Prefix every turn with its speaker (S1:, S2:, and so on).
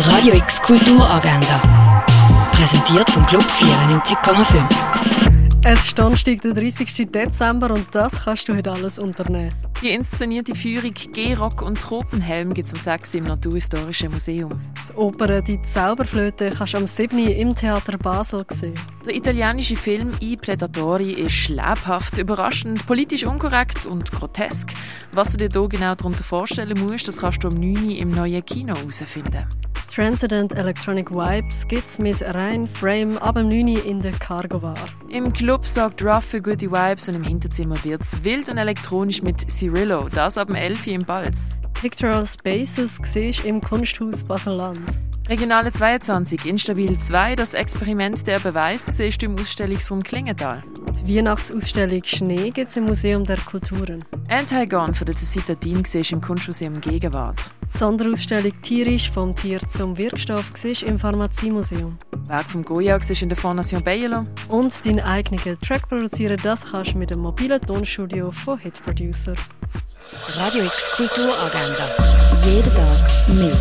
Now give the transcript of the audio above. S1: Radio X Kulturagenda. Präsentiert vom Club 94,5.
S2: Es ist Donnerstag, der 30. Dezember und das kannst du heute alles unternehmen.
S3: Die inszenierte Führung Gehrock und Tropenhelm gibt es um 6 Uhr im Naturhistorischen Museum.
S2: Die Oper «Die Zauberflöte» kannst du am 7. Uhr im Theater Basel sehen.
S3: Der italienische Film «I Predatori» ist lebhaft, überraschend, politisch unkorrekt und grotesk. Was du dir hier genau darunter vorstellen musst, das kannst du um 9 Uhr im neuen Kino herausfinden.
S2: Transcendent Electronic Vibes gibt's mit rein Frame ab dem 9. Uhr in der Cargo Bar.
S3: Im Club sorgt Ruff für gute Vibes und im Hinterzimmer wird's wild und elektronisch mit Cirillo, das ab dem 11 Uhr im Balz.
S2: Pictorial Spaces siehst du im Kunsthaus Baselland.
S3: Regionale 22, Instabil 2, das Experiment der Beweis, siehst du im Ausstellungsraum Klingenthal.
S2: Die Weihnachtsausstellung «Schnee» gibt's im Museum der Kulturen.
S3: Antigone von der Citadin siehst du im Kunstmuseum Gegenwart.
S2: Die Sonderausstellung «Tierisch – Vom Tier zum Wirkstoff» siehst du im Pharmaziemuseum.
S3: Weg vom Goya siehst du in der Fondation Bayerlo.
S2: Und deinen eigenen Track produzieren, das kannst du mit dem mobilen Tonstudio von Hit Producer.
S1: Radio X Kulturagenda. Jeden Tag mehr.